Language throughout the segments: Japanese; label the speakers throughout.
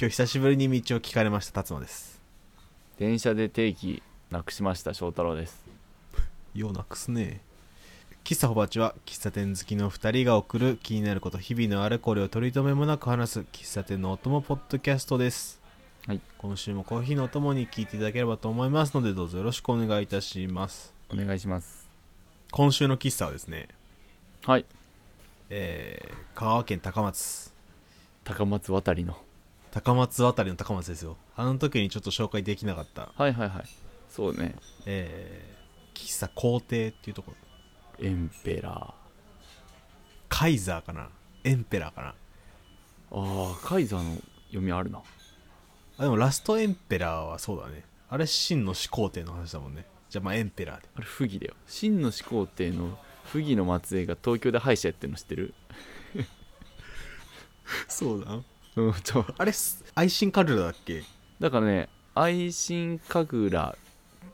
Speaker 1: 今日久しぶりに道を聞かれました辰野です
Speaker 2: 電車で定期なくしました翔太郎です
Speaker 1: ようなくすね喫茶ほばちは喫茶店好きの2人が送る気になること日々のあれこれを取り留めもなく話す喫茶店のお供ポッドキャストです、
Speaker 2: はい、
Speaker 1: 今週もコーヒーのお供に聞いていただければと思いますのでどうぞよろしくお願いいたします
Speaker 2: お願いします
Speaker 1: 今週の喫茶はですね
Speaker 2: はい
Speaker 1: えー香川県高松
Speaker 2: 高松渡りの
Speaker 1: 高松あたりの高松ですよあの時にちょっと紹介できなかった
Speaker 2: はいはいはいそうね
Speaker 1: えー喫茶皇帝っていうところ
Speaker 2: エンペラーあ
Speaker 1: カイザーかなエンペラーかな
Speaker 2: ーカイザーの読みあるな
Speaker 1: あでもラストエンペラーはそうだねあれ真の始皇帝の話だもんねじゃあまあエンペラーで
Speaker 2: あれ不義だよ真の始皇帝の不義の末裔が東京で歯医者やってるの知ってる
Speaker 1: そうだ
Speaker 2: うんちょ
Speaker 1: あれす愛新カルラだっけ
Speaker 2: だからね愛新神楽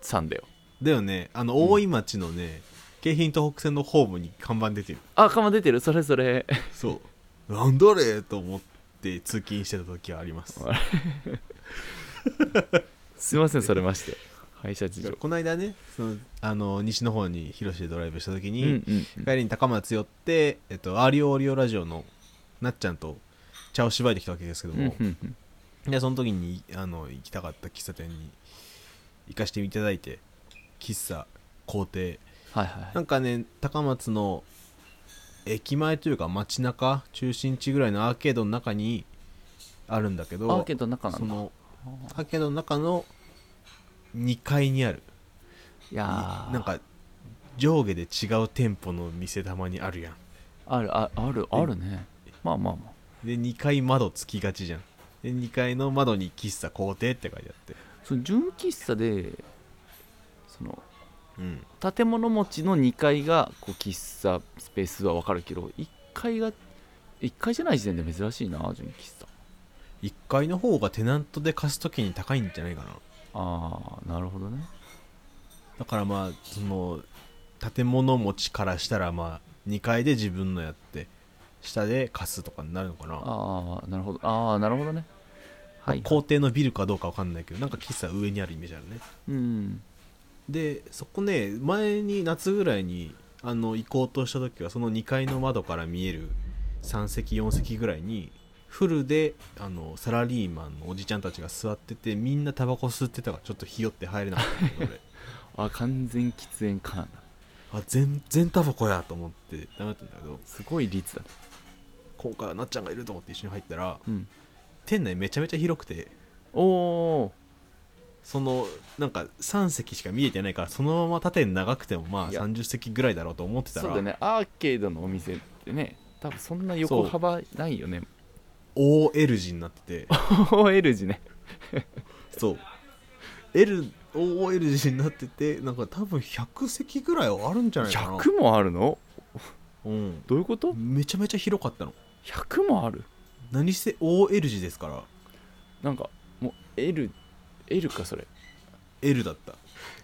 Speaker 2: さんだよ
Speaker 1: だよねあの大井町のね、京浜東北線のホームに看板出てる
Speaker 2: あかま出てるそれそれ
Speaker 1: そうなんだあれと思って通勤してた時はあります
Speaker 2: あ すいませんそれまして 歯医者事情
Speaker 1: この間ねそのあの西の方に広島でドライブした時
Speaker 2: う
Speaker 1: に、
Speaker 2: んうんうん
Speaker 1: 帰りに高松寄って、えっと、アリオオリオラジオのなっちゃんと茶をしばいてきたわけですけど
Speaker 2: うんう
Speaker 1: も、
Speaker 2: んうん
Speaker 1: でその時にあの行きたかった喫茶店に行かせていただいて喫茶皇帝
Speaker 2: はいはいはい
Speaker 1: なんかね高松の駅前というか街中中心地ぐらいのアーケードの中にあるんだけど
Speaker 2: アーケードの中な
Speaker 1: そ
Speaker 2: んだ
Speaker 1: のアーケードの中の2階にある
Speaker 2: いやー
Speaker 1: なんか上下で違う店舗の店たまにあるやん
Speaker 2: あるああるあるねまあまあまあ
Speaker 1: で2階窓つきがちじゃんで2階の窓に喫茶皇帝って書いてあって
Speaker 2: その純喫茶でその
Speaker 1: うん
Speaker 2: 建物持ちの2階がこう喫茶スペースは分かるけど1階が1階じゃない時点で珍しいな純喫茶
Speaker 1: 1階の方がテナントで貸す時に高いんじゃないかな
Speaker 2: ああなるほどね
Speaker 1: だからまあその建物持ちからしたらまあ2階で自分のやって下で貸すとかになるのかな
Speaker 2: ああなるほどああなるほどねはい
Speaker 1: 校庭のビルかどうかわかんないけどなんか喫茶上にあるイメージあるね
Speaker 2: うん
Speaker 1: でそこね前に夏ぐらいにあの行こうとした時はその2階の窓から見える3席4席ぐらいにフルであのサラリーマンのおじちゃんたちが座っててみんなタバコ吸ってたからちょっとひよって入れなかったけど俺
Speaker 2: あ完全喫煙家なんだ
Speaker 1: あ全然タバコやと思ってダメだったんだけど
Speaker 2: すごい率だね
Speaker 1: 今回はなっちゃんがいると思って一緒に入ったら
Speaker 2: うん
Speaker 1: 店内めちゃめちゃ広くて
Speaker 2: おお
Speaker 1: そのなんか3席しか見えてないからそのまま縦に長くてもまあ
Speaker 2: いや
Speaker 1: 30席ぐらいだろうと思ってた
Speaker 2: そう
Speaker 1: ら
Speaker 2: だねアーケードのお店ってね多分そんな横幅ないよね
Speaker 1: OL 字になってて
Speaker 2: OL 字ね
Speaker 1: そう L OL 字になっててなんか多分100席ぐらいはあるんじゃないかな、
Speaker 2: 100もあるの
Speaker 1: うん、
Speaker 2: どういうこと
Speaker 1: めちゃめちゃ広かったの
Speaker 2: 100もある
Speaker 1: 何せ OL 字ですから
Speaker 2: なんかもう L L かそれ
Speaker 1: L だった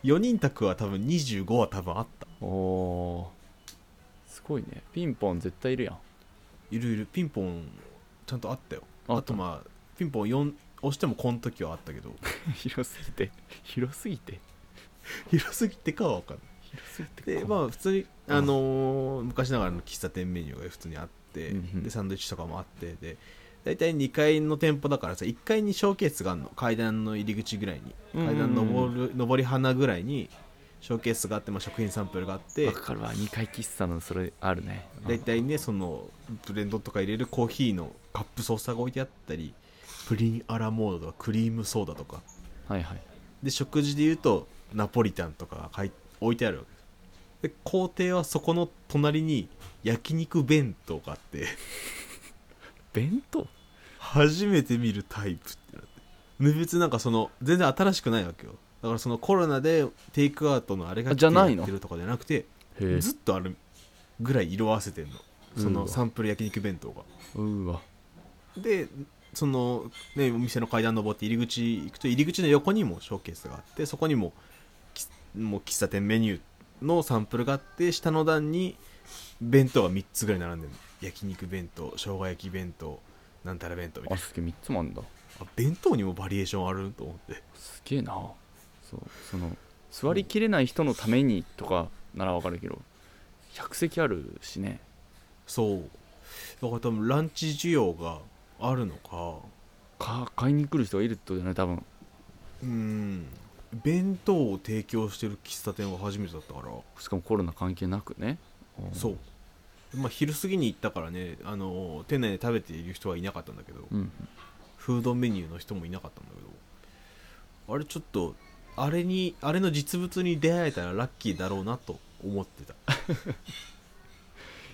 Speaker 1: 4人宅は多分25は多分あった
Speaker 2: おおーすごいねピンポン絶対いるやん
Speaker 1: いるいるピンポンちゃんとあったよ
Speaker 2: あ
Speaker 1: あ
Speaker 2: った
Speaker 1: とまあピンポン4押してもこの時はあったけ ど
Speaker 2: 広すぎて広すぎて
Speaker 1: 広すぎてかは分かんない
Speaker 2: 広すぎて
Speaker 1: でまあ普通に、
Speaker 2: うん
Speaker 1: あのー昔ながらの喫茶店メニューが普通にあって、
Speaker 2: うんうん
Speaker 1: でサンドイッチとかもあってで大体2階の店舗だからさ1階にショーケースがあるの階段の入り口ぐらいに
Speaker 2: うんうん
Speaker 1: 階段上る上り花ぐらいにショーケースがあって、まあ、食品サンプルがあって
Speaker 2: わかるわ2階喫茶のそれあるね
Speaker 1: 大体ねそのブレンドとか入れるコーヒーのカップソーサーが置いてあったりプリンアラモードとかクリームソーダとか
Speaker 2: はいはい
Speaker 1: で食事で言うとナポリタンとかが書い置いてあるわけで工程はそこの隣に焼肉弁当があって
Speaker 2: 弁当
Speaker 1: 初めて見るタイプってなってで別になんかその全然新しくないわけよだからそのコロナでテイクアウトのあれが
Speaker 2: あじゃない
Speaker 1: や
Speaker 2: の
Speaker 1: ってるとかじゃなくて
Speaker 2: へえ
Speaker 1: ずっとあるぐらい色あせてんのそうの
Speaker 2: わ
Speaker 1: サンプル焼肉弁当が
Speaker 2: うわ
Speaker 1: でその、ね、お店の階段登って入り口行くと入り口の横にもショーケースがあってそこにもきもう喫茶店メニューのサンプルがあって下の段に弁当が3つぐらい並んでる焼肉弁当生姜焼き弁当なんたら弁当みたい
Speaker 2: あ
Speaker 1: な
Speaker 2: すげえ3つもあんだ
Speaker 1: あ弁当にもバリエーションあると思って
Speaker 2: すげえなそうその座りきれない人のためにとかならわかるけど100席あるしね
Speaker 1: そうだから多分ランチ需要があるのか
Speaker 2: か買いに来る人がいるってことじゃない多分
Speaker 1: うん弁当を提供してる喫茶店は初めてだったから、
Speaker 2: しかもコロナ関係なくね
Speaker 1: そう、まあ、昼過ぎに行ったからねあの店内で食べている人はいなかったんだけど、
Speaker 2: うん、うん、
Speaker 1: フードメニューの人もいなかったんだけどあれちょっとあれにあれの実物に出会えたらラッキーだろうなと思ってた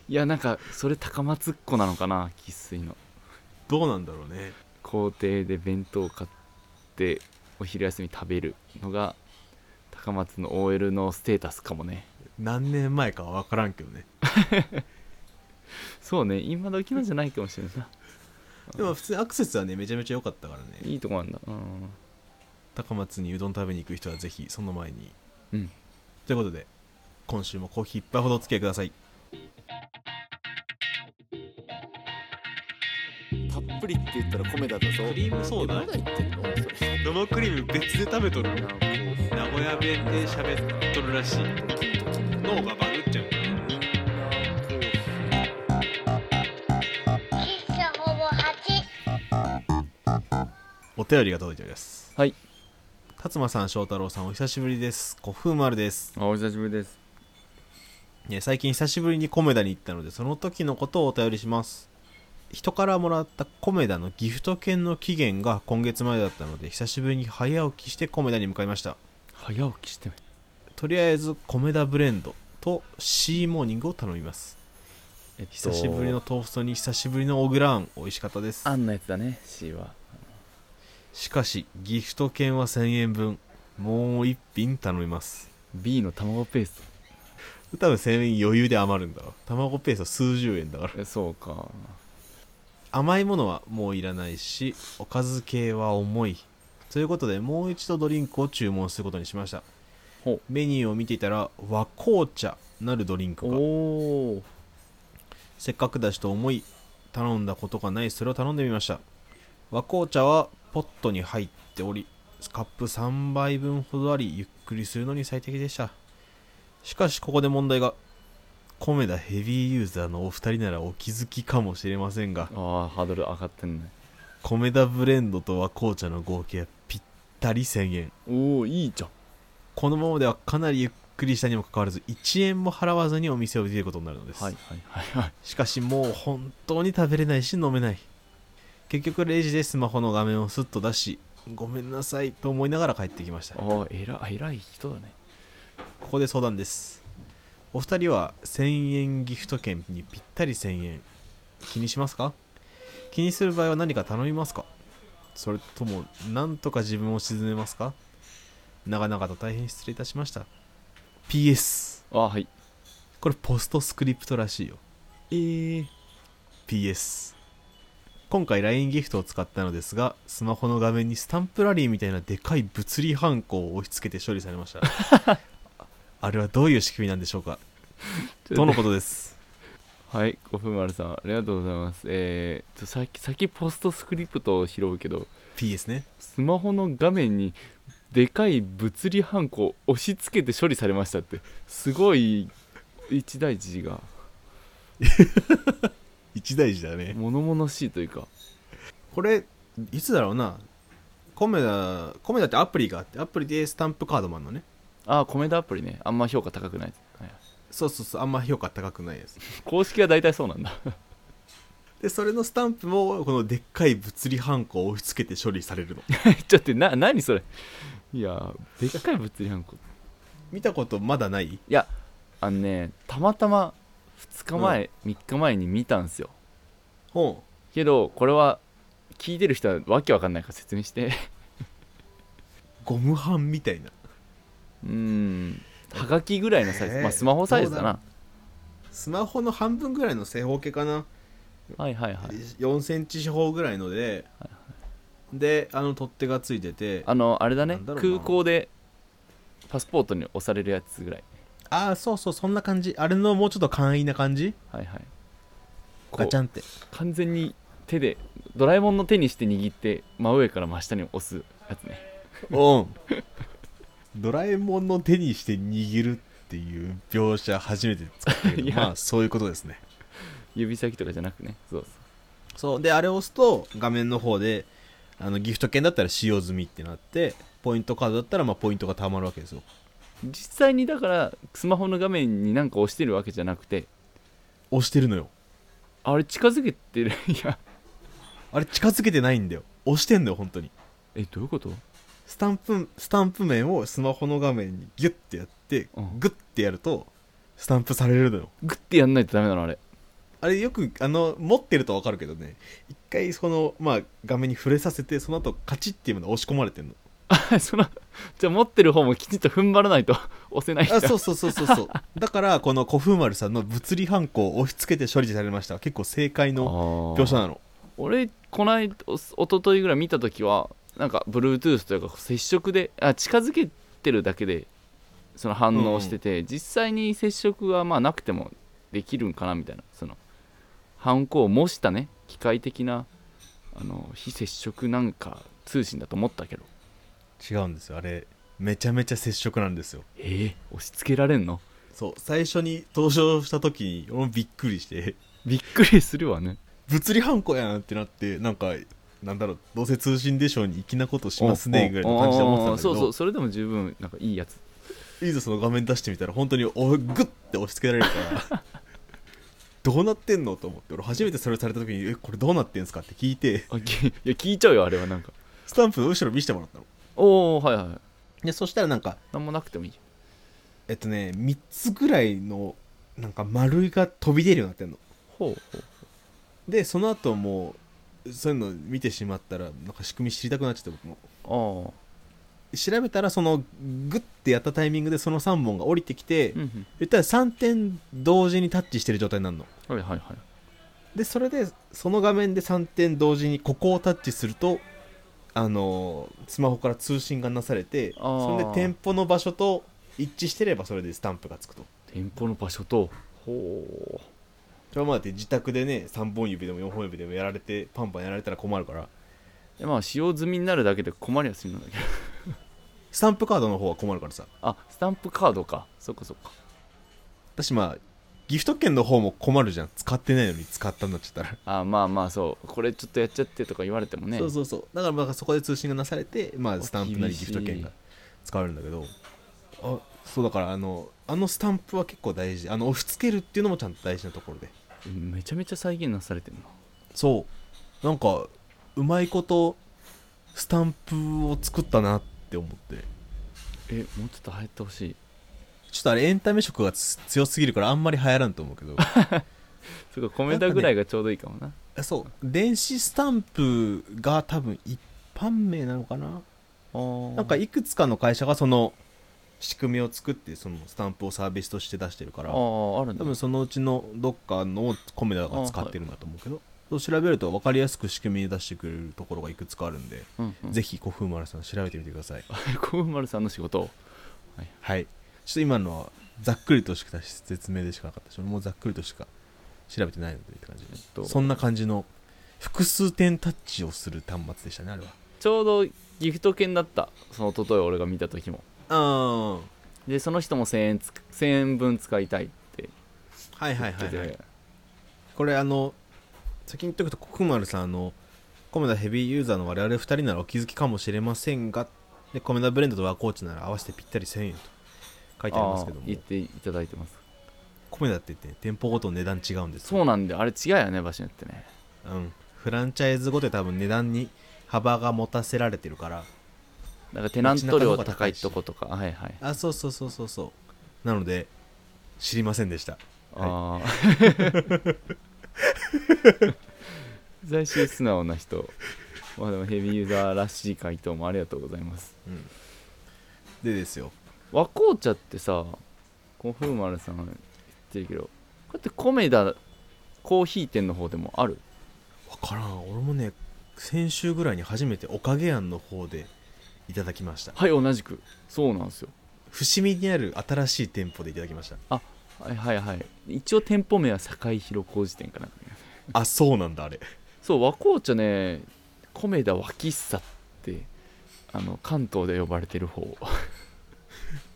Speaker 2: いやなんかそれ高松っ子なのかな生粋の
Speaker 1: どうなんだろうね
Speaker 2: 校庭で弁当を買ってお昼休み食べるのが高松の OL のステータスかもね
Speaker 1: 何年前かは分からんけどね
Speaker 2: そうね今時なんじゃないかもしれないな
Speaker 1: でも普通にアクセスはねめちゃめちゃ良かったからね
Speaker 2: いいとこなんだうん
Speaker 1: 高松にうどん食べに行く人はぜひその前に
Speaker 2: うん
Speaker 1: ということで今週もコーヒー一杯ほどお付き合いください
Speaker 3: たっぷりって言ったら米だったぞ
Speaker 1: クリームソーダ
Speaker 3: えまだ言ってんのそれ
Speaker 1: 生クリーム別で食べとる
Speaker 3: なんかこう
Speaker 1: 名古屋弁で喋っとるらしい脳がバグっちゃう
Speaker 4: 喫茶ほぼ8。
Speaker 1: お便りが届いております
Speaker 2: はい
Speaker 1: 辰馬さん翔太郎さんお久しぶりです古風丸です、
Speaker 2: あお久しぶりです
Speaker 1: ね、最近久しぶりにコメダに行ったのでその時のことをお便りします人からもらったコメダのギフト券の期限が今月までだったので久しぶりに早起きしてコメダに向かいました
Speaker 2: 早起きして
Speaker 1: とりあえずコメダブレンドとシーモーニングを頼みます
Speaker 2: えっと
Speaker 1: 久しぶりのトーストに久しぶりのオグラーン美味しかったです
Speaker 2: あんのやつだね C は
Speaker 1: しかしギフト券は1000円分もう一品頼みます
Speaker 2: B の卵ペース
Speaker 1: 多分1000円余裕で余るんだわ卵ペースは数十円だから
Speaker 2: トえそうか
Speaker 1: 甘いものはもういらないしおかず系は重いということでもう一度ドリンクを注文することにしました
Speaker 2: ほう
Speaker 1: メニューを見ていたら和紅茶なるドリンクが
Speaker 2: おお
Speaker 1: せっかくだしと思い頼んだことがないそれを頼んでみました和紅茶はポットに入っておりカップ3杯分ほどありゆっくりするのに最適でしたしかしここで問題がコメダヘビーユーザーのお二人ならお気づきかもしれませんが
Speaker 2: あーハードル上がってんね
Speaker 1: コメダブレンドと和紅茶の合計ぴったり1000円
Speaker 2: おおいいじゃん
Speaker 1: このままではかなりゆっくりしたにもかかわらず1円も払わずにお店を出ることになるのです、
Speaker 2: はいはいはいはい
Speaker 1: しかしもう本当に食べれないし飲めない結局レジでスマホの画面をスッと出しごめんなさいと思いながら帰ってきましたこ
Speaker 2: ああ偉い偉い人だね
Speaker 1: こで相談ですお二人は1000円ギフト券にぴったり1000円気にしますか気にする場合は何か頼みますかそれとも何とか自分を沈めますか長々と大変失礼いたしました PS
Speaker 2: ああはい
Speaker 1: これポストスクリプトらしいよ
Speaker 2: えー、
Speaker 1: PS 今回 LINE ギフトを使ったのですがスマホの画面にスタンプラリーみたいなでかい物理反抗を押し付けて処理されました ああれはどういう仕組みなんでしょうかとのことです
Speaker 2: はい、古墳丸さん、ありがとうございます。えー、ちょさっき、さっきポストスクリプトを拾うけど、
Speaker 1: PS ね
Speaker 2: スマホの画面にでかい物理反抗押し付けて処理されましたって、すごい一大事が
Speaker 1: 一大事だね
Speaker 2: 物々しいというか、
Speaker 1: これいつだろうなコメダコメダってアプリがあってアプリでスタンプカードもあるのね
Speaker 2: あー、コメダアプリね、あんま評価高くない。はい
Speaker 1: そうそうそうあんま評価高くないです
Speaker 2: 公式は大体そうなんだ。
Speaker 1: でそれのスタンプもこのでっかい物理反抗を押し付けて処理されるの
Speaker 2: ちょっと、な、何それ。いやー、でっかい物理反抗。い
Speaker 1: 見たことまだない
Speaker 2: や、あのね、たまたま2日前、3日前に見たんすよ。
Speaker 1: ほ
Speaker 2: けどこれは聞いてる人はわけわかんないから説明して
Speaker 1: うゴム板みたいな
Speaker 2: うーんはがきぐらいのサイズ、
Speaker 1: えー
Speaker 2: まあ、スマホサイズだ
Speaker 1: どう
Speaker 2: な
Speaker 1: だスマホの半分ぐらいの正方形かな、
Speaker 2: はいはいはい
Speaker 1: 4センチ四方ぐらいので、であの取っ手がついてて
Speaker 2: あのあれだ
Speaker 1: な
Speaker 2: ね
Speaker 1: んだろうな
Speaker 2: 空港でパスポートに押されるやつぐらい
Speaker 1: ああそうそうそんな感じあれのもうちょっと簡易な感じ
Speaker 2: はいはいこう
Speaker 1: ガチャンって
Speaker 2: 完全に手でドラえもんの手にして握って真上から真下に押すやつね
Speaker 1: うん ドラえもんの手にして握るっていう描写初めて使ったけ
Speaker 2: い
Speaker 1: ど
Speaker 2: や
Speaker 1: まあ そういうことですね
Speaker 2: 指先とかじゃなくねそうそう
Speaker 1: そうであれを押すと画面の方であのギフト券だったら使用済みってなってポイントカードだったらまあポイントが貯まるわけですよ
Speaker 2: 実際にだからスマホの画面になんか押してるわけじゃなくて
Speaker 1: 押してるのよ
Speaker 2: あれ近づけてるいや
Speaker 1: あれ近づけてないんだよ押してんのよ本当に
Speaker 2: えどういうこと
Speaker 1: スタンプスタンプ面をスマホの画面にギュッてやって
Speaker 2: うん
Speaker 1: グッてやるとスタンプされるのよ
Speaker 2: グッてやんないとダメなのあれ
Speaker 1: あれよくあの持ってるとわかるけどね一回その、まあ、画面に触れさせてその後カチッっていうので押し込まれてんの
Speaker 2: あそのじゃあ持ってる方もきちんと踏ん張らないと 押せないんだ
Speaker 1: あそうそうそうそうそう だからこの古風丸さんの物理反抗を押し付けて処理されました結構正解の
Speaker 2: あー
Speaker 1: 描写なの
Speaker 2: 俺こないおとといぐらい見た時はなんか Bluetooth というか接触であ近づけてるだけでその反応してて、実際に接触がまあなくてもできるんかなみたいなそのハンコを模したね機械的なあの非接触なんか通信だと思ったけど
Speaker 1: 違うんですよあれめちゃめちゃ接触なんですよ
Speaker 2: えー、押し付けられんの
Speaker 1: そう最初に登場した時に俺もびっくりして
Speaker 2: びっくりするわね
Speaker 1: 物理反抗やんってなってなんかなんだろうどうせ通信でしょうに粋なことしますねぐらいの感じで思ってたんだけ
Speaker 2: おおそうそう
Speaker 1: ど
Speaker 2: それでも十分なんかいいやつ
Speaker 1: いざその画面出してみたら本当におグッて押し付けられるから どうなってんのと思って俺初めてそれされた時に「えこれどうなってんすか?」って聞いて
Speaker 2: あきいや聞いちゃうよあれはなんか
Speaker 1: スタンプの後ろ見せてもらったの
Speaker 2: おおはいはい
Speaker 1: でそしたらなんか
Speaker 2: 何もなくてもいい
Speaker 1: えっとね3つぐらいのなんか丸いが飛び出るようになってんの
Speaker 2: ほうほう
Speaker 1: でその後もうそういうの見てしまったらなんか仕組み知りたくなっちゃって僕も
Speaker 2: ああ
Speaker 1: 調べたらそのグッてやったタイミングでその3本が降りてきて、
Speaker 2: うん
Speaker 1: 言ったら3点同時にタッチしてる状態になるの
Speaker 2: うんはいはいはい
Speaker 1: でそれでその画面で3点同時にここをタッチするとあのースマホから通信がなされて
Speaker 2: あー
Speaker 1: それで店舗の場所と一致してればそれでスタンプがつくと
Speaker 2: 店舗の場所とほ
Speaker 1: それはまあだって自宅でね3本指でも4本指でもやられてパンパンやられたら困るから
Speaker 2: うでまあ使用済みになるだけで困りはするんだけど
Speaker 1: スタンプカードの方は困るからさ
Speaker 2: あスタンプカードかそっかそっか
Speaker 1: 私まあギフト券の方も困るじゃん使ってないのに使ったんだっちゃったら、
Speaker 2: あまあまあそうこれちょっとやっちゃってとか言われてもね
Speaker 1: そうそうそうだからまあそこで通信がなされて、まあ、スタンプなり
Speaker 2: 厳し
Speaker 1: ギ
Speaker 2: い
Speaker 1: フト券が使われるんだけどあそうだからあのあのスタンプは結構大事あの押し付けるっていうのもちゃんと大事なところで
Speaker 2: うんめちゃめちゃ再現なされてるな
Speaker 1: そうなんかうまいことスタンプを作ったなって思って
Speaker 2: えもうちょっと流行ってほしい
Speaker 1: ちょっとあれエンタメ色がつ強すぎるからあんまり流行らんと思うけ ど
Speaker 2: そっか米田ぐらいがちょうどいいかもな
Speaker 1: あそう電子スタンプが多分一般名なのかな
Speaker 2: あー
Speaker 1: なんかいくつかの会社がその仕組みを作ってそのスタンプをサービスとして出してるから
Speaker 2: あーあるん
Speaker 1: 多
Speaker 2: だ
Speaker 1: 分そのうちのどっかのをコメダが使ってるんだと思うけど、そう調べると分かりやすく仕組みで出してくれるところがいくつかあるんで、
Speaker 2: うんうん
Speaker 1: ぜひ古風丸さん調べてみてください
Speaker 2: 小丸さんの仕事を
Speaker 1: はいちょっと今のはざっくりとしか説明でしかなかったし俺もざっくりとしか調べてないのでって感じで
Speaker 2: えっと
Speaker 1: そんな感じの複数点タッチをする端末でしたねあれは
Speaker 2: ちょうどギフト券だったその一昨日俺が見た時も
Speaker 1: あ
Speaker 2: でその人も1000円つく1000円分使いたいって
Speaker 1: はいは
Speaker 2: 言
Speaker 1: い
Speaker 2: って
Speaker 1: はい、
Speaker 2: て、
Speaker 1: はい、これあの先に言っとくとコクマルさんあのコメダヘビーユーザーの我々2人ならお気づきかもしれませんがでコメダブレンドとワーコーチなら合わせてぴったり1000円と書いてありますけど
Speaker 2: あ
Speaker 1: も
Speaker 2: ー言っていただいてます
Speaker 1: コメダって言って店舗ごと値段違うんですよ
Speaker 2: そうなんであれ違うよね場所によってね
Speaker 1: うん、フランチャイズごとで多分値段に幅が持たせられてるから
Speaker 2: だからテナント料高いとことかはいはい、
Speaker 1: あそうそうそうそうそうなので知りませんでした
Speaker 2: ああ 在州素直な人まあでもヘビーユーザーらしい回答もありがとうございます
Speaker 1: でですよ
Speaker 2: 和紅茶ってさ古風丸さん言ってるけどこうやってコメダコーヒー店の方でもある
Speaker 1: 分からん俺もね先週ぐらいに初めておかげやんの方でいただきました
Speaker 2: はい同じくそうなんですよ
Speaker 1: 伏見にある新しい店舗でいただきました
Speaker 2: はいはいはい一応店舗名は堺広小路店かなんかね
Speaker 1: あそうなんだあれ
Speaker 2: そう和紅茶ね米田和喫茶ってあの関東で呼ばれてる方、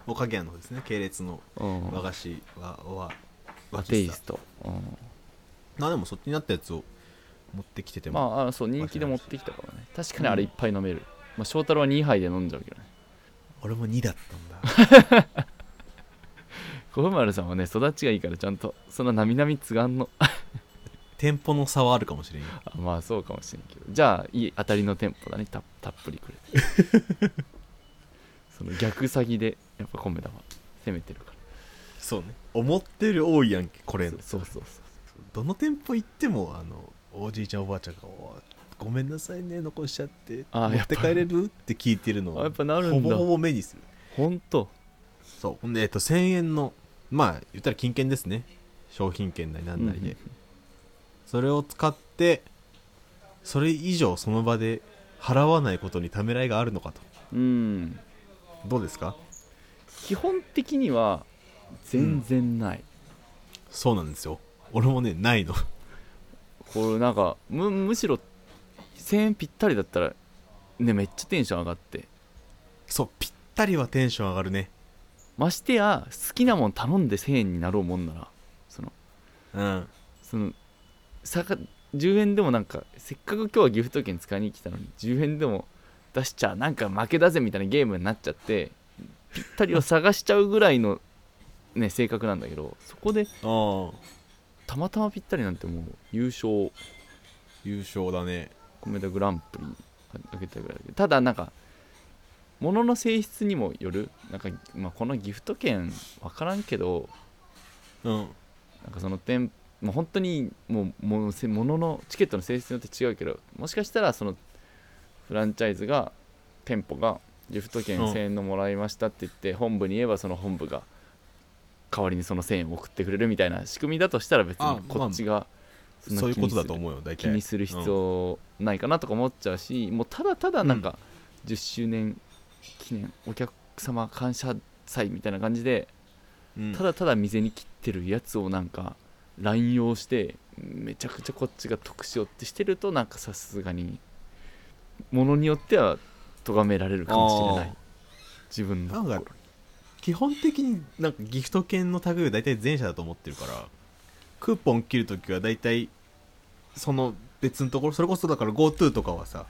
Speaker 1: おかげやのですね系列の
Speaker 2: うん、
Speaker 1: 和菓子和和
Speaker 2: 和
Speaker 1: 和
Speaker 2: テ
Speaker 1: 喫
Speaker 2: イ
Speaker 1: 茶
Speaker 2: スト、うん
Speaker 1: あでもそっちになったやつを持ってきてて
Speaker 2: ま
Speaker 1: も、
Speaker 2: ああそう人気で持ってきたからね確かにあれいっぱい飲める、まあ、翔太郎は2杯で飲んじゃうけどね
Speaker 1: 俺も2だったんだ
Speaker 2: 小丸さんはね育ちがいいからちゃんとそんななみなみつがんの
Speaker 1: 店舗の差はあるかもしれんよ
Speaker 2: あまあそうかもしれんけどじゃあいい当たりの店舗だねたたっぷりくれて その逆詐欺でやっぱ米田は攻めてるから
Speaker 1: そうね思ってるより多いやんけこれ
Speaker 2: そうそうそう
Speaker 1: どの店舗行ってもあのおじいちゃんおばあちゃんがおい「ごめんなさいね残しちゃって
Speaker 2: あー
Speaker 1: 持って帰れる?」って聞いてるの
Speaker 2: あやっぱなるんだ
Speaker 1: ほぼほぼ目にする
Speaker 2: 本当
Speaker 1: そうほんで、えっと、1000円のまあ言ったら金券ですね商品券なりなんなりで、
Speaker 2: うん
Speaker 1: それを使ってそれ以上その場で払わないことにためらいがあるのかと
Speaker 2: うん
Speaker 1: どうですか
Speaker 2: 基本的には全然ない、
Speaker 1: そうなんですよ俺もねないの
Speaker 2: これなんかむむしろ1000円ぴったりだったらねめっちゃテンション上がって
Speaker 1: そうぴったりはテンション上がるね
Speaker 2: ましてや好きなもん頼んで1000円になろうもんならその
Speaker 1: うん
Speaker 2: そのさか10円でもなんかせっかく今日はギフト券使いに来たのに10円でも出しちゃなんか負けだぜみたいなゲームになっちゃってぴったりを探しちゃうぐらいの、ね、性格なんだけどそこで
Speaker 1: ああ
Speaker 2: たまたまぴったりなんてもう優勝
Speaker 1: 優勝だね
Speaker 2: コメダグランプリあげたぐらいだけどただなんか物の性質にもよるなんか、まあ、このギフト券分からんけど
Speaker 1: うん
Speaker 2: なんかその点もう本当にもうもうせ物のチケットの性質によって違うけどもしかしたらそのフランチャイズが店舗がギフト券
Speaker 1: うん
Speaker 2: 1000円のもらいましたって言って、本部に言えばその本部が代わりにその1000円を送ってくれるみたいな仕組みだとしたら別
Speaker 1: あ
Speaker 2: にこっちがんな
Speaker 1: そういうことだと
Speaker 2: 気にする
Speaker 1: 思うよ大体
Speaker 2: 気にする必要ないかなとか思っちゃうし、もうただただなんか10周年記念お客様感謝祭みたいな感じで
Speaker 1: うん
Speaker 2: ただただ店に切ってるやつをなんか乱用してめちゃくちゃこっちが得しようってしてるとなんかさすがにものによっては咎められるかもしれない自分の
Speaker 1: なん
Speaker 2: 心
Speaker 1: か基本的になんかギフト券の類は大体前者だと思ってるからクーポン切るときは大体その別のところそれこそだから GoTo とかはさ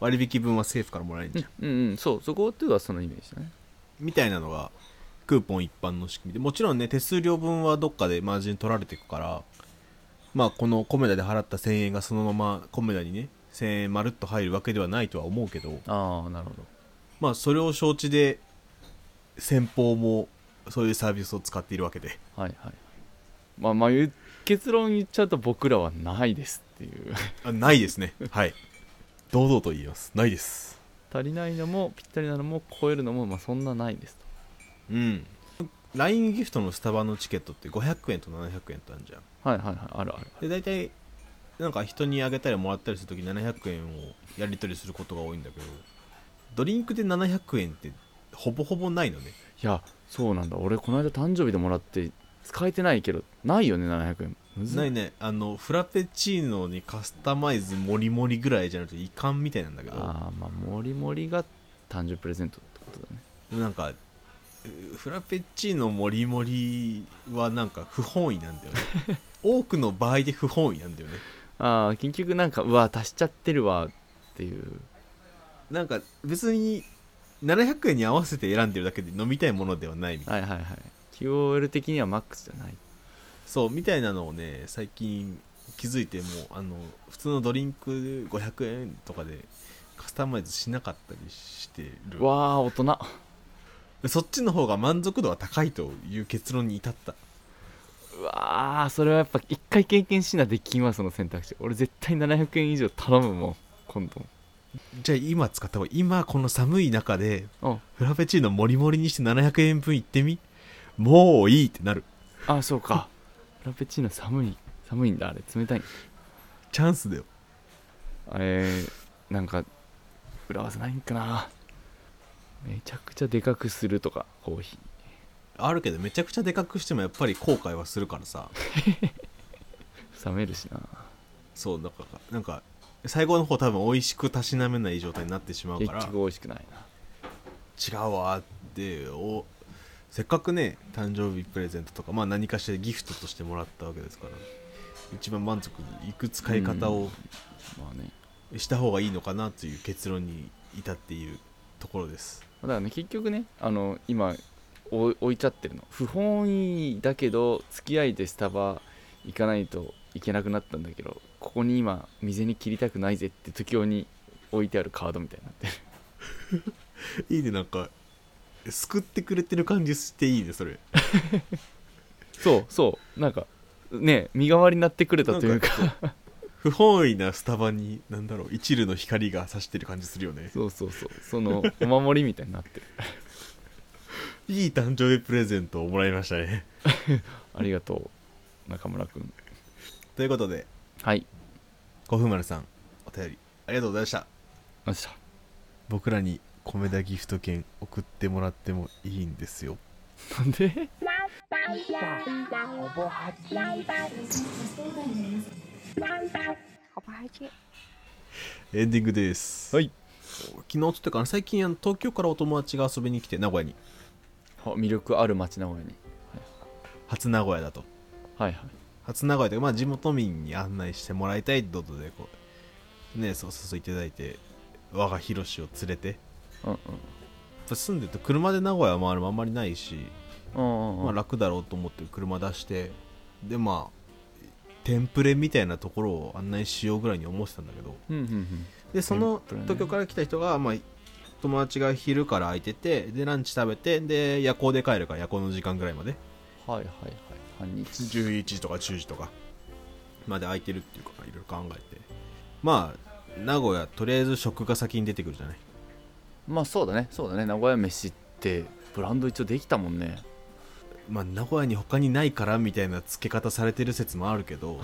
Speaker 1: 割引分は政府からもらえるじゃん
Speaker 2: うんうんそうそこっていうのはそのイメージだね
Speaker 1: みたいなのがクーポン一般の仕組みでもちろんね手数料分はどっかでマージン取られていくからまあこのコメダで払った1000円がそのままコメダにね1000円まるっと入るわけではないとは思うけど
Speaker 2: ああなるほど
Speaker 1: まあそれを承知で先方もそういうサービスを使っているわけで
Speaker 2: はいはいまあまあ言う結論言っちゃうと僕らはないですっていう
Speaker 1: あないですねはい堂々と言いますないです
Speaker 2: 足りないのもぴったりなのも超えるのもまあそんなないですと
Speaker 1: うん LINE ギフトのスタバのチケットって500円と700円とあるじゃん
Speaker 2: はいはいはいあるあるあ
Speaker 1: で
Speaker 2: る
Speaker 1: 大体なんか人にあげたりもらったりするとき700円をやり取りすることが多いんだけどドリンクで700円ってほぼほぼないのね
Speaker 2: いやそうなんだ俺この間誕生日でもらって使えてないけどないよね700円むず
Speaker 1: ないねあのフラペチーノにカスタマイズもりもりぐらいじゃなくていかんみたいなんだけど
Speaker 2: ああまあもりもりが誕生日プレゼントってことだね
Speaker 1: でもなんかえーフラペチーノもりもりはなんか不本意なんだよね多くの場合で不本意なんだよね
Speaker 2: ああ結局なんかうわ足しちゃってるわっていう
Speaker 1: なんか別に700円に合わせて選んでるだけで飲みたいものではないみたいな
Speaker 2: はいはいはい QOL 的にはマックスじゃない
Speaker 1: そうみたいなのをね最近気づいてもうあの普通のドリンク500円とかでカスタマイズしなかったりしてる
Speaker 2: わあ大人
Speaker 1: でそっちの方が満足度は高いという結論に至った
Speaker 2: うわあそれはやっぱ一回経験しなできんわその選択肢俺絶対700円以上頼むもん今度
Speaker 1: じゃあ今使った方が今この寒い中で
Speaker 2: も
Speaker 1: フラペチーノもりもりにして700円分いってみもういいってなる
Speaker 2: ああそうかフラペチーノ寒い寒いんだあれ冷たいんだ
Speaker 1: チャンスだよ
Speaker 2: あれなんか裏技ないんかなめちゃくちゃでかくするとかコーヒ
Speaker 1: あるけどめちゃくちゃでかくしてもやっぱり後悔はするからさ
Speaker 2: ー冷めるしな
Speaker 1: そうなんかなんか最後の方多分美味しくたしなめない状態になってしまうから
Speaker 2: 結局美味しくないな
Speaker 1: 違うわっておせっかくね誕生日プレゼントとか、まあ、何かしらギフトとしてもらったわけですから一番満足いく使い方を
Speaker 2: まあね
Speaker 1: した方がいいのかなという結論に至っているところです
Speaker 2: だからね結局ねあの今お置いちゃってるの不本意だけど付き合いでスタバ行かないといけなくなったんだけどここに今店に切りたくないぜって時用に置いてあるカードみたいになってる
Speaker 1: いいねなんか救ってくれてる感じしていいねそれ
Speaker 2: そうそうなんかね身代わりになってくれたというか
Speaker 1: なん不本意なスタバに何だろう一縷の光が差してる感じするよね
Speaker 2: そうそうそうそのお守りみたいになってる
Speaker 1: いい誕生日プレゼントをもらいましたね
Speaker 2: ありがとう中村くん
Speaker 1: ということで
Speaker 2: はい
Speaker 1: 古墳丸さんお便りありがとうございました
Speaker 2: あした
Speaker 1: 僕らに米田ギフト券送ってもらってもいいんですよ
Speaker 2: なんで
Speaker 4: 好吧，这
Speaker 1: エンディングです
Speaker 2: はい
Speaker 1: 昨日つってか最近あの東京からお友達が遊びに来て名古屋に
Speaker 2: あ魅力ある街なのに
Speaker 1: 初名古屋だと
Speaker 2: はいはい
Speaker 1: 初名古屋で、まあ、地元民に案内してもらいたいってことでこうねそう誘いいただいて我が広志を連れてやっ
Speaker 2: うん
Speaker 1: ぱ住んでると車で名古屋回るのあんまりないし、
Speaker 2: うんうんうん
Speaker 1: まあ、楽だろうと思って車出してでまあテンプレみたいなところを案内しようぐらいに思ってたんだけど
Speaker 2: うんうんうん
Speaker 1: でその
Speaker 2: テンプレね
Speaker 1: 東京から来た人が、まあ、友達が昼から空いててでランチ食べてで夜行で帰るから夜行の時間ぐらいまで
Speaker 2: はいはいはい半日
Speaker 1: 11時とか10時とかまで空いてるっていうかいろいろ考えてまあ名古屋とりあえず食が先に出てくるじゃない
Speaker 2: まあそうだねそうだね名古屋飯ってブランド一応できたもんね
Speaker 1: まあ名古屋に他にないからみたいな付け方されてる説もあるけど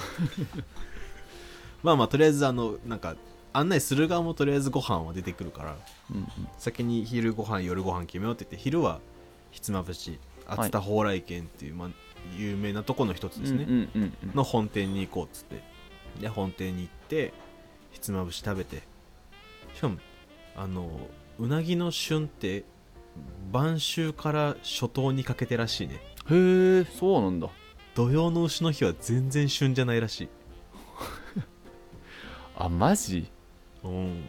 Speaker 1: まあまあとりあえずあのなんか案内する側もとりあえずご飯は出てくるから
Speaker 2: うんうん
Speaker 1: 先に昼ご飯夜ご飯決めようって言って昼はひつまぶし
Speaker 2: はい
Speaker 1: 熱田蓬莱軒っていう、まあ、有名なとこの一つですね、
Speaker 2: うんうんうんうん
Speaker 1: の本店に行こうっつってで本店に行ってひつまぶし食べてしかもあのうなぎの旬って晩秋から初冬にかけてらしいね
Speaker 2: へえそうなんだ
Speaker 1: 土用の丑の日は全然旬じゃないらしい
Speaker 2: あマジ
Speaker 1: うん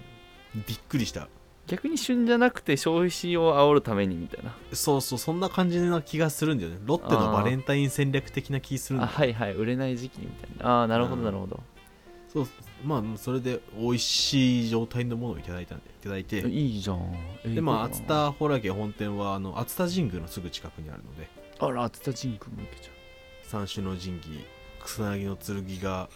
Speaker 1: びっくりした
Speaker 2: 逆に旬じゃなくて消費を煽るためにみたいな
Speaker 1: そうそうそんな感じな気がするんだよねロッテのバレンタイン戦略的な気するんだ
Speaker 2: あ
Speaker 1: よ
Speaker 2: はいはい売れない時期にみたいなああなるほど
Speaker 1: うん
Speaker 2: なるほど、
Speaker 1: そうまあそれで美味しい状態のものをいただいたんでいただいて
Speaker 2: いいじゃん
Speaker 1: でまあ熱
Speaker 2: あ
Speaker 1: 田ホラゲ本店はあの熱田神宮のすぐ近くにあるので
Speaker 2: あら熱田神宮もいけちゃ
Speaker 1: 三種の神器草薙の剣が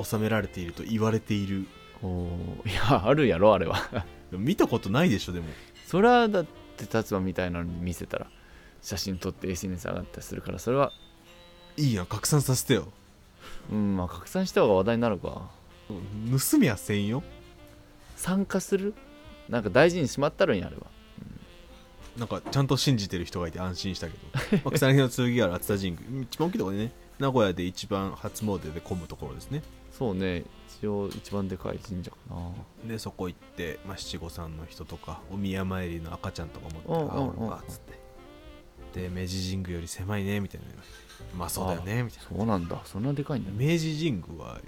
Speaker 1: 収められていると言われている
Speaker 2: うおー いやあるやろあれは
Speaker 1: 見たことないでしょでも
Speaker 2: それはだって立場みたいなのに見せたら写真撮って SNS 上がったりするからそれはい
Speaker 1: いやん拡散させてよ
Speaker 2: うんまあ拡散した方が話題になるか
Speaker 1: 盗みはせんよ
Speaker 2: 参加するなんか大事にしまったるんやあれば
Speaker 1: なんかちゃんと信じてる人がいて安心したけどまあ草薙の剣がある熱田神宮一番大きいところでね名古屋で一番初詣で混むところですね
Speaker 2: そうね一応一番でかい神社かな
Speaker 1: でそこ行って、まあ、七五三の人とかお宮参りの赤ちゃんとか持って
Speaker 2: うんうんうん
Speaker 1: あおるかっつってで明治神宮より狭いねみたいなまあそうだよねみたいな
Speaker 2: そうなんだそんなでかいんだね
Speaker 1: 明治神宮は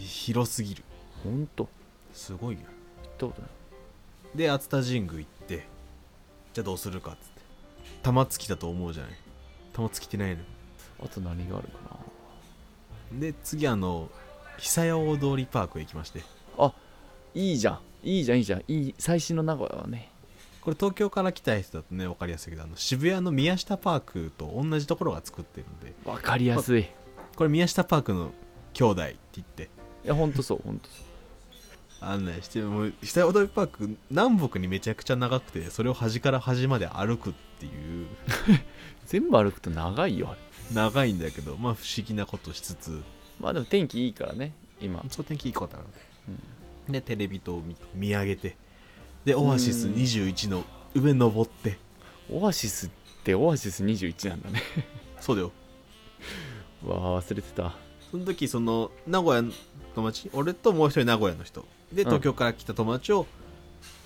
Speaker 1: 広すぎる
Speaker 2: ほんと
Speaker 1: すごいよ
Speaker 2: 行ったことない
Speaker 1: で熱田神宮行ってじゃあどうするかっつって玉突きだと思うじゃない玉突きってないの
Speaker 2: あと何があるか
Speaker 1: で次あの久屋大通りパークへ行きまして
Speaker 2: なあいいじゃんいいじゃんいいじゃんいい最新の名古屋はね
Speaker 1: これ東京から来た人だとね分かりやすいけどあの渋谷の宮下パークと同じところが作ってるので
Speaker 2: わかりやすいい
Speaker 1: これ宮下パークの兄弟って言って
Speaker 2: やほんとそうほんとそう
Speaker 1: 案内してもう久屋大通りパーク南北にめちゃくちゃ長くてそれを端から端まで歩くっていう
Speaker 2: 全部歩くと長いよあれ
Speaker 1: 長いんだけどまあ不思議なことしつつ
Speaker 2: まあでも天気いいからね今
Speaker 1: そう天気いいことある、でテレビ塔を見見上げてでオアシス21の上登って
Speaker 2: オアシスってオアシス21なんだね
Speaker 1: そうだよ
Speaker 2: わあ忘れてた
Speaker 1: その時その名古屋の友達俺ともう一人名古屋の人で
Speaker 2: ん
Speaker 1: 東京から来た友達を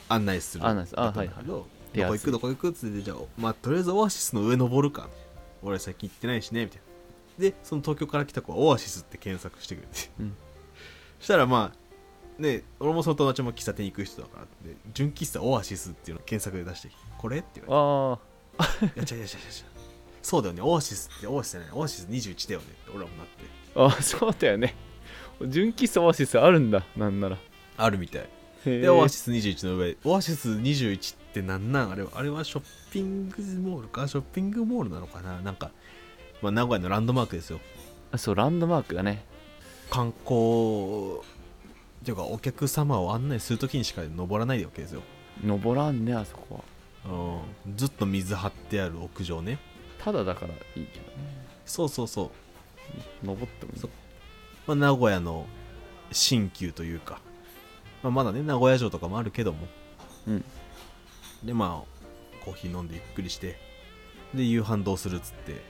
Speaker 1: 案内する
Speaker 2: 案内するあ
Speaker 1: だったんだけど
Speaker 2: い
Speaker 1: ど
Speaker 2: はい
Speaker 1: こ行くどこ行くっつってじゃあ、まあ、とりあえずオアシスの上登るか俺最近行ってないしねみたいなでその東京から来た子はオアシスって検索してくれて、
Speaker 2: うん
Speaker 1: そしたらまあね俺もその友達も喫茶店行く人だからって純喫茶オアシスっていうのを検索で出してきてこれって言われて
Speaker 2: あ
Speaker 1: い や違う違う違う違うそうだよねオアシスってオアシスじゃないオアシス21だよねって俺らもなって
Speaker 2: ーあーそうだよね純喫茶オアシスあるんだなんなら
Speaker 1: あるみたい
Speaker 2: へ
Speaker 1: でオアシス21の上オアシス21ってなんなんあれはあれはショッピングモールかショッピングモールなのかななんか、まあ、名古屋のランドマークですよ
Speaker 2: あそうランドマークだね
Speaker 1: 観光っていうかお客様を案内するときにしか登らないわけですよ、
Speaker 2: 登らんねあそこは
Speaker 1: うん、ずっと水張ってある屋上ね
Speaker 2: ただだからいいけどね
Speaker 1: そうそうそう、
Speaker 2: 登ってもいい
Speaker 1: そまあ、名古屋の新旧というか、まあ、まだね名古屋城とかもあるけども
Speaker 2: うん
Speaker 1: でまあコーヒー飲んでゆっくりしてで夕飯どうするっつって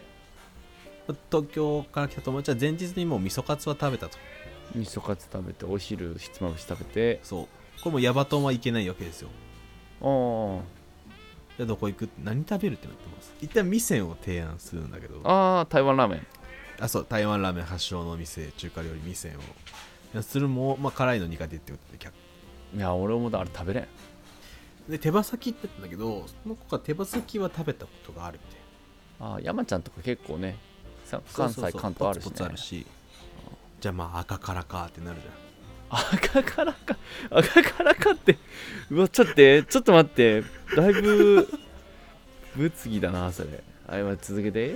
Speaker 1: まあ東京から来た友達は前日にもう味噌カツは食べたと
Speaker 2: 味噌カツ食べてお昼ひつまぶし食べて
Speaker 1: そうこれもヤバトンはいけないわけですよ
Speaker 2: あー
Speaker 1: じゃあどこ行くって何食べるってなってます一旦店を提案するんだけどあ
Speaker 2: あー台湾ラーメン
Speaker 1: そう台湾ラーメン発祥の店中華料理店をいやそれも、まあ、辛いの苦手ってことで却
Speaker 2: いや俺もだあれ食べれん
Speaker 1: で手羽先って言ったんだけどその子が手羽先は食べたことがあるみたいな
Speaker 2: あー山ちゃんとか結構ねさ関西
Speaker 1: そうそうそう
Speaker 2: 関東あるし
Speaker 1: ポ
Speaker 2: ね
Speaker 1: ツポツあるしじゃあまあ赤からかってなるじゃん
Speaker 2: 赤からか赤からかってうわちょっと待ってちょっと待ってだいぶ物議だなそれあ今続けて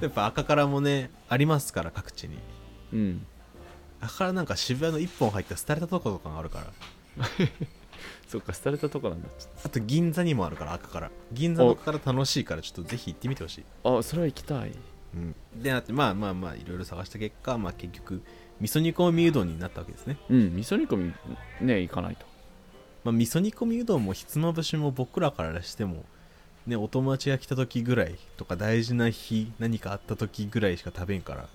Speaker 1: やっぱ赤からもねありますから各地に
Speaker 2: うん
Speaker 1: 赤からなんか渋谷の1本入った廃れたとことかがあるから
Speaker 2: そっか廃れたとこなんだち
Speaker 1: あと銀座にもあるから赤から銀座の赤から楽しいからちょっとぜひ行ってみてほしい、
Speaker 2: ょっとあそれは行きたい
Speaker 1: うん、でなってまあまあまあいろいろ探した結果、まあ、結局味噌煮込みうどんになったわけですね、
Speaker 2: うん味噌煮込みね行かないと
Speaker 1: まあ、味噌煮込みうどんもひつまぶしも僕らからしてもねお友達が来た時ぐらいとか大事な日何かあった時ぐらいしか食べんから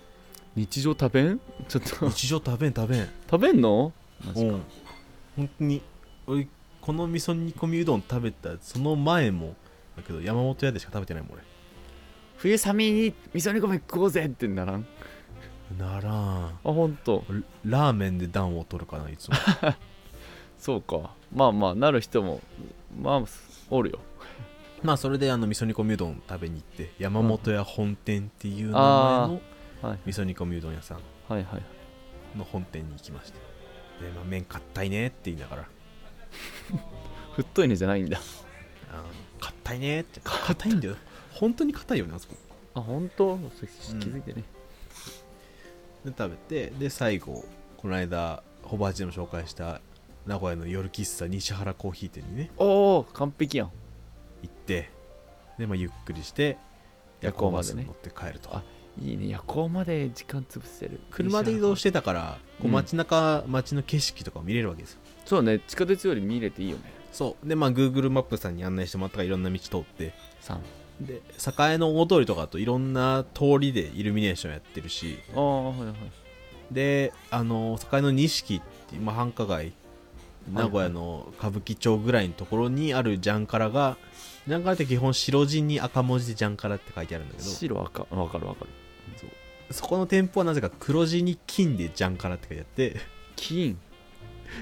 Speaker 2: 日常食べんちょっと
Speaker 1: 日常食べん食べん
Speaker 2: 食べんのマジ
Speaker 1: う
Speaker 2: か
Speaker 1: ん本当に俺この味噌煮込みうどん食べたその前もだけど山本屋でしか食べてないもん
Speaker 2: 冬寒いに味噌煮込み食おうぜってならんあ
Speaker 1: 俺ならん
Speaker 2: ほんと
Speaker 1: 俺ラーメンで暖を取るかないつも
Speaker 2: そうかまあまあなる人もまあおるよ
Speaker 1: まあそれであの味噌煮込みうどん食べに行って山本屋本店っていう名前
Speaker 2: あ
Speaker 1: の
Speaker 2: ーはい
Speaker 1: 味噌煮込みうどん屋さん
Speaker 2: はいはい
Speaker 1: の本店に行きましたで、まあ、麺硬いねって言いながら
Speaker 2: 太いねじゃないんだ
Speaker 1: あの硬いねって硬いんだよ本当に硬いよねあそこ
Speaker 2: あ本当それ
Speaker 1: うん
Speaker 2: 気づいてね、
Speaker 1: で食べてで最後この間ホバーチでも紹介した名古屋の夜喫茶西原コーヒー店にね
Speaker 2: おお完璧やん
Speaker 1: 行ってで、まあ、ゆっくりして
Speaker 2: 夜
Speaker 1: 夜
Speaker 2: 行
Speaker 1: 行
Speaker 2: バ
Speaker 1: バ
Speaker 2: ス
Speaker 1: ス
Speaker 2: ね
Speaker 1: に乗って帰ると、
Speaker 2: あいいね夜行まで時間潰せる
Speaker 1: 車で移動してたからこう
Speaker 2: うん
Speaker 1: 街中、街の景色とかを見れるわけですよ
Speaker 2: そうね地下鉄より見れていいよね
Speaker 1: そうでまあ Google マップさんに案内してもらったからいろんな道通って
Speaker 2: 3
Speaker 1: で栄の大通りとかだといろんな通りでイルミネーションやってるし
Speaker 2: ああはいはい
Speaker 1: であの栄の錦っていう、まあ、繁華街名古屋の歌舞伎町ぐらいのところにあるジャンカラがジャンカラって基本白地に赤文字でジャンカラって書いてあるんだけど
Speaker 2: 白赤わかるわかる
Speaker 1: そこの店舗はなぜか黒字に金でジャンカラって書いてあって
Speaker 2: 金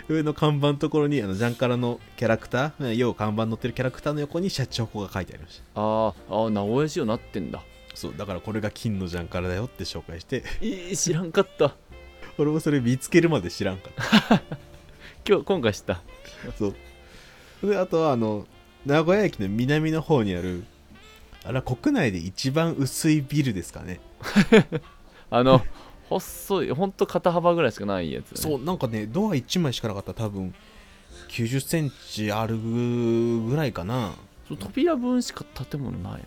Speaker 1: 上の看板のところにあのジャンカラのキャラクター要は看板載ってるキャラクターの横にシャチホコが書いてありました
Speaker 2: あーあー名古屋仕様なってんだ
Speaker 1: そうだからこれが金のジャンカラだよって紹介して
Speaker 2: えー、知らんかった
Speaker 1: 俺もそれ見つけるまで知らんかった
Speaker 2: 今日今回知った
Speaker 1: そうであとはあの名古屋駅の南の方にあるあれは国内で一番薄いビルですかね
Speaker 2: あ の細いほんと肩幅ぐらいしかないやつ、ね、
Speaker 1: そうなんかねドア1枚しかなかったら多分9 0センチあるぐらいかな
Speaker 2: そう扉分しか建物ないよね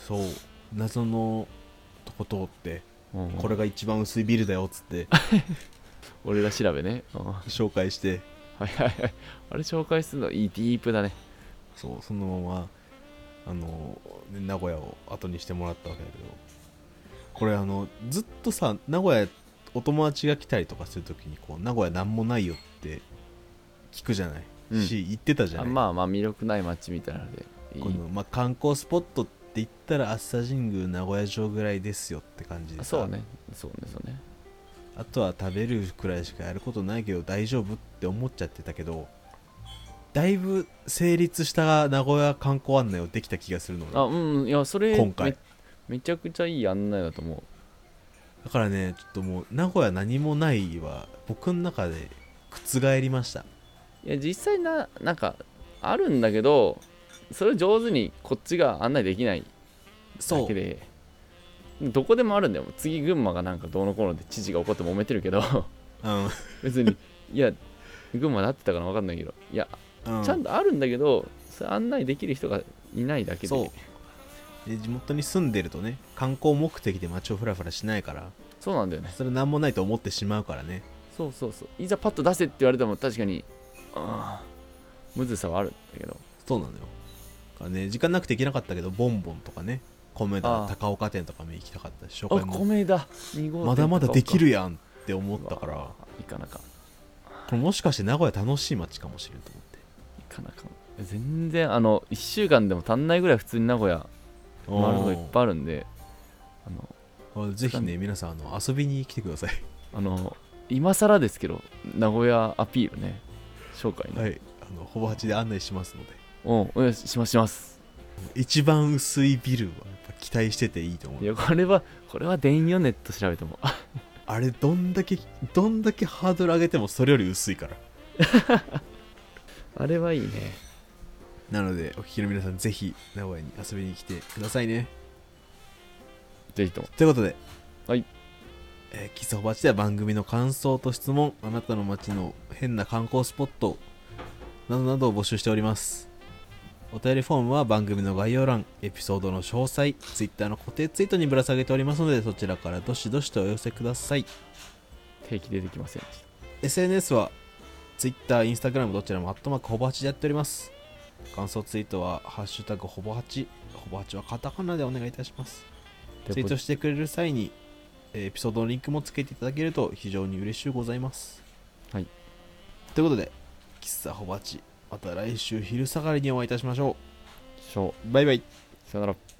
Speaker 1: そう謎のとこ通って
Speaker 2: うん
Speaker 1: これが一番薄いビルだよっつって
Speaker 2: 俺ら調べね、うんは
Speaker 1: 紹介して
Speaker 2: いはいはいあれ紹介するのいいディープだね
Speaker 1: そうそのままあの、ね名古屋を後にしてもらったわけだけどこれあのずっとさ名古屋お友達が来たりとかするときにこう名古屋なんもないよって聞くじゃない、
Speaker 2: うん
Speaker 1: し言ってたじゃ
Speaker 2: あ
Speaker 1: ない、
Speaker 2: まあまあ魅力ない街みたいなのでいい
Speaker 1: このまあ、観光スポットって言ったら熱田神宮名古屋城ぐらいですよって感じで
Speaker 2: あ
Speaker 1: さ
Speaker 2: そうねそうねそうね
Speaker 1: あとは食べるくらいしかやることないけど大丈夫って思っちゃってたけどだいぶ成立した名古屋観光案内をできた気がするの俺
Speaker 2: あうんいやそれ
Speaker 1: 今回
Speaker 2: めめちゃくちゃいい案内だと思う
Speaker 1: だからねちょっともう名古屋何もないは僕の中で覆りました
Speaker 2: いや実際ななんかあるんだけどそれを上手にこっちが案内できないだ
Speaker 1: そ
Speaker 2: け
Speaker 1: う
Speaker 2: でどこでもあるんだよ次群馬がなんかどうのこうのって知事が怒って揉めてるけど
Speaker 1: うん、
Speaker 2: 別にいや群馬なってたから分かんないけどいや
Speaker 1: うん、
Speaker 2: ちゃんとあるんだけどそれ案内できる人がいないだけで
Speaker 1: そうで地元に住んでるとね観光目的で街をふらふらしないから
Speaker 2: そうなんだよね
Speaker 1: それ何もないと思ってしまうからね
Speaker 2: そうそうそういざパッと出せって言われても確かにあーむずさはあるんだけど
Speaker 1: そうなのよだからね時間なくて行けなかったけどボンボンとかね米
Speaker 2: ああ
Speaker 1: 田高岡店とかも行きたかったし紹
Speaker 2: あ
Speaker 1: 介も
Speaker 2: 米だ2号
Speaker 1: まだまだできる
Speaker 2: よ
Speaker 1: やんって思ったから
Speaker 2: いかなか
Speaker 1: これもしかして名古屋楽しい街かもしれんと思って
Speaker 2: いかなか全然あの1週間でも足んないぐらい普通に名古屋回るとこいっぱいあるんであの
Speaker 1: あぜひね皆さんあの遊びに来てください
Speaker 2: あの今更ですけど名古屋アピールね紹介ね、
Speaker 1: はいあのほぼ8で案内しますので
Speaker 2: うんお願いしますします
Speaker 1: 一番薄いビルはやっぱ期待してていいと思
Speaker 2: いうやこれはこれは電よネット調べてもあ
Speaker 1: あれどんだけどんだけハードル上げてもそれより薄いから
Speaker 2: あれはいいね
Speaker 1: なのでお聞きの皆さんぜひ名古屋に遊びに来てくださいね
Speaker 2: ぜひとも
Speaker 1: ということで、
Speaker 2: はい。
Speaker 1: えー、キスホバチでは番組の感想と質問、あなたの街の変な観光スポットなどなどを募集しております。お便りフォームは番組の概要欄、エピソードの詳細、Twitter の固定ツイートにぶら下げておりますので、そちらからどしどしとお寄せください。
Speaker 2: 定期出てきませんでし
Speaker 1: SNS は Twitter、Instagram どちらもアットマークほぼ8でやっております。感想ツイートは、ハッシュタグほぼ8、ほぼ8はカタカナでお願いいたします。
Speaker 2: た
Speaker 1: ツイート
Speaker 2: で
Speaker 1: してくれる際にえーエピソードのリンクもつけていただけると非常に嬉しゅうございます。
Speaker 2: はい。
Speaker 1: ということで、喫茶ほばち、また来週昼下がりにお会いいたしましょ
Speaker 2: しょ
Speaker 1: う。バイバイ。
Speaker 2: うさよなら